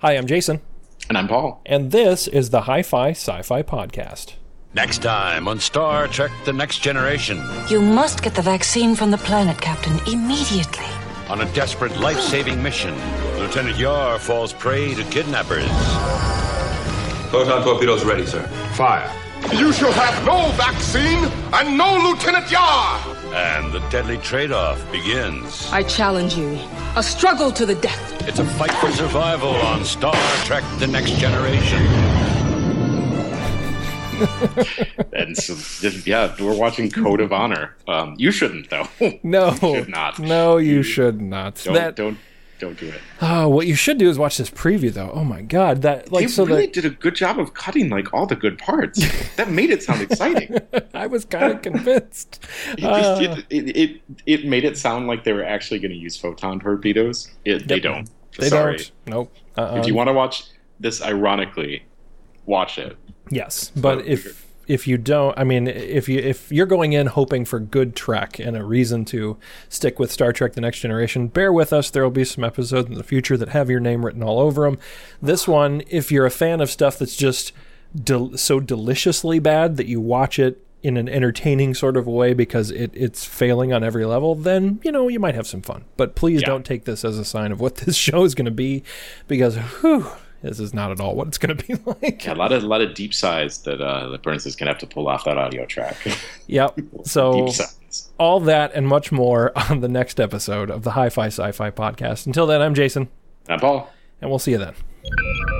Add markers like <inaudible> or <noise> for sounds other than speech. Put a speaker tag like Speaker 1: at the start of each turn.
Speaker 1: Hi, I'm Jason,
Speaker 2: And I'm Paul.
Speaker 1: and this is the Hi Fi Sci Fi Podcast.
Speaker 3: Next time on Star Trek The Next Generation,
Speaker 4: You must get the vaccine from the planet, Captain, immediately.
Speaker 3: on a desperate life saving mission, Lieutenant Yar falls prey to kidnappers.
Speaker 5: Photon torpedoes ready, sir.
Speaker 3: Fire.
Speaker 6: You shall have no vaccine and no Lieutenant Yar!
Speaker 3: And the deadly trade off begins.
Speaker 7: I challenge you. A struggle to the death.
Speaker 3: It's a fight for survival on Star Trek The Next Generation.
Speaker 2: And so, just, yeah, we're watching Code of Honor. Um, you shouldn't, though.
Speaker 1: No,
Speaker 2: should not.
Speaker 1: No, you should not.
Speaker 2: <laughs> don't,
Speaker 1: that
Speaker 2: don't, don't do it.
Speaker 1: oh, what you should do is watch this preview, though. Oh my god, that like
Speaker 2: They
Speaker 1: so
Speaker 2: really
Speaker 1: that
Speaker 2: did a good job of cutting like all the
Speaker 1: <laughs>
Speaker 2: good parts. that made it sound exciting. It,
Speaker 1: I was kind
Speaker 2: <laughs>
Speaker 1: of convinced. Uh,
Speaker 2: just, it, it, it it made it sound like they were actually going to use photon torpedoes. It, They don't.
Speaker 1: They
Speaker 2: Sorry.
Speaker 1: don't. Nope. Uh-uh.
Speaker 2: If you want to watch this, ironically, watch it.
Speaker 1: Yes, but if if you don't, I mean, if you if you're going in hoping for good Trek and a reason to stick with Star Trek: The Next Generation, bear with us. There will be some episodes in the future that have your name written all over them. This one, if you're a fan of stuff that's just del- so deliciously bad that you watch it in an entertaining sort of way because it, it's failing on every level, then you know you might have some fun. But please don't take this as a sign of what <laughs> this show is going to be, because whew, this is not at all what it's going to be <laughs> like.
Speaker 2: Yeah, a lot of a lot of deep sighs that uh, that Burns is going to have to pull off that audio track.
Speaker 1: Yep. So
Speaker 2: <laughs> deep sighs.
Speaker 1: all that and much more on the next episode of the Hi-Fi Sci-Fi podcast. Until then, I'm Jason,
Speaker 2: And Paul.
Speaker 1: and we'll see you then.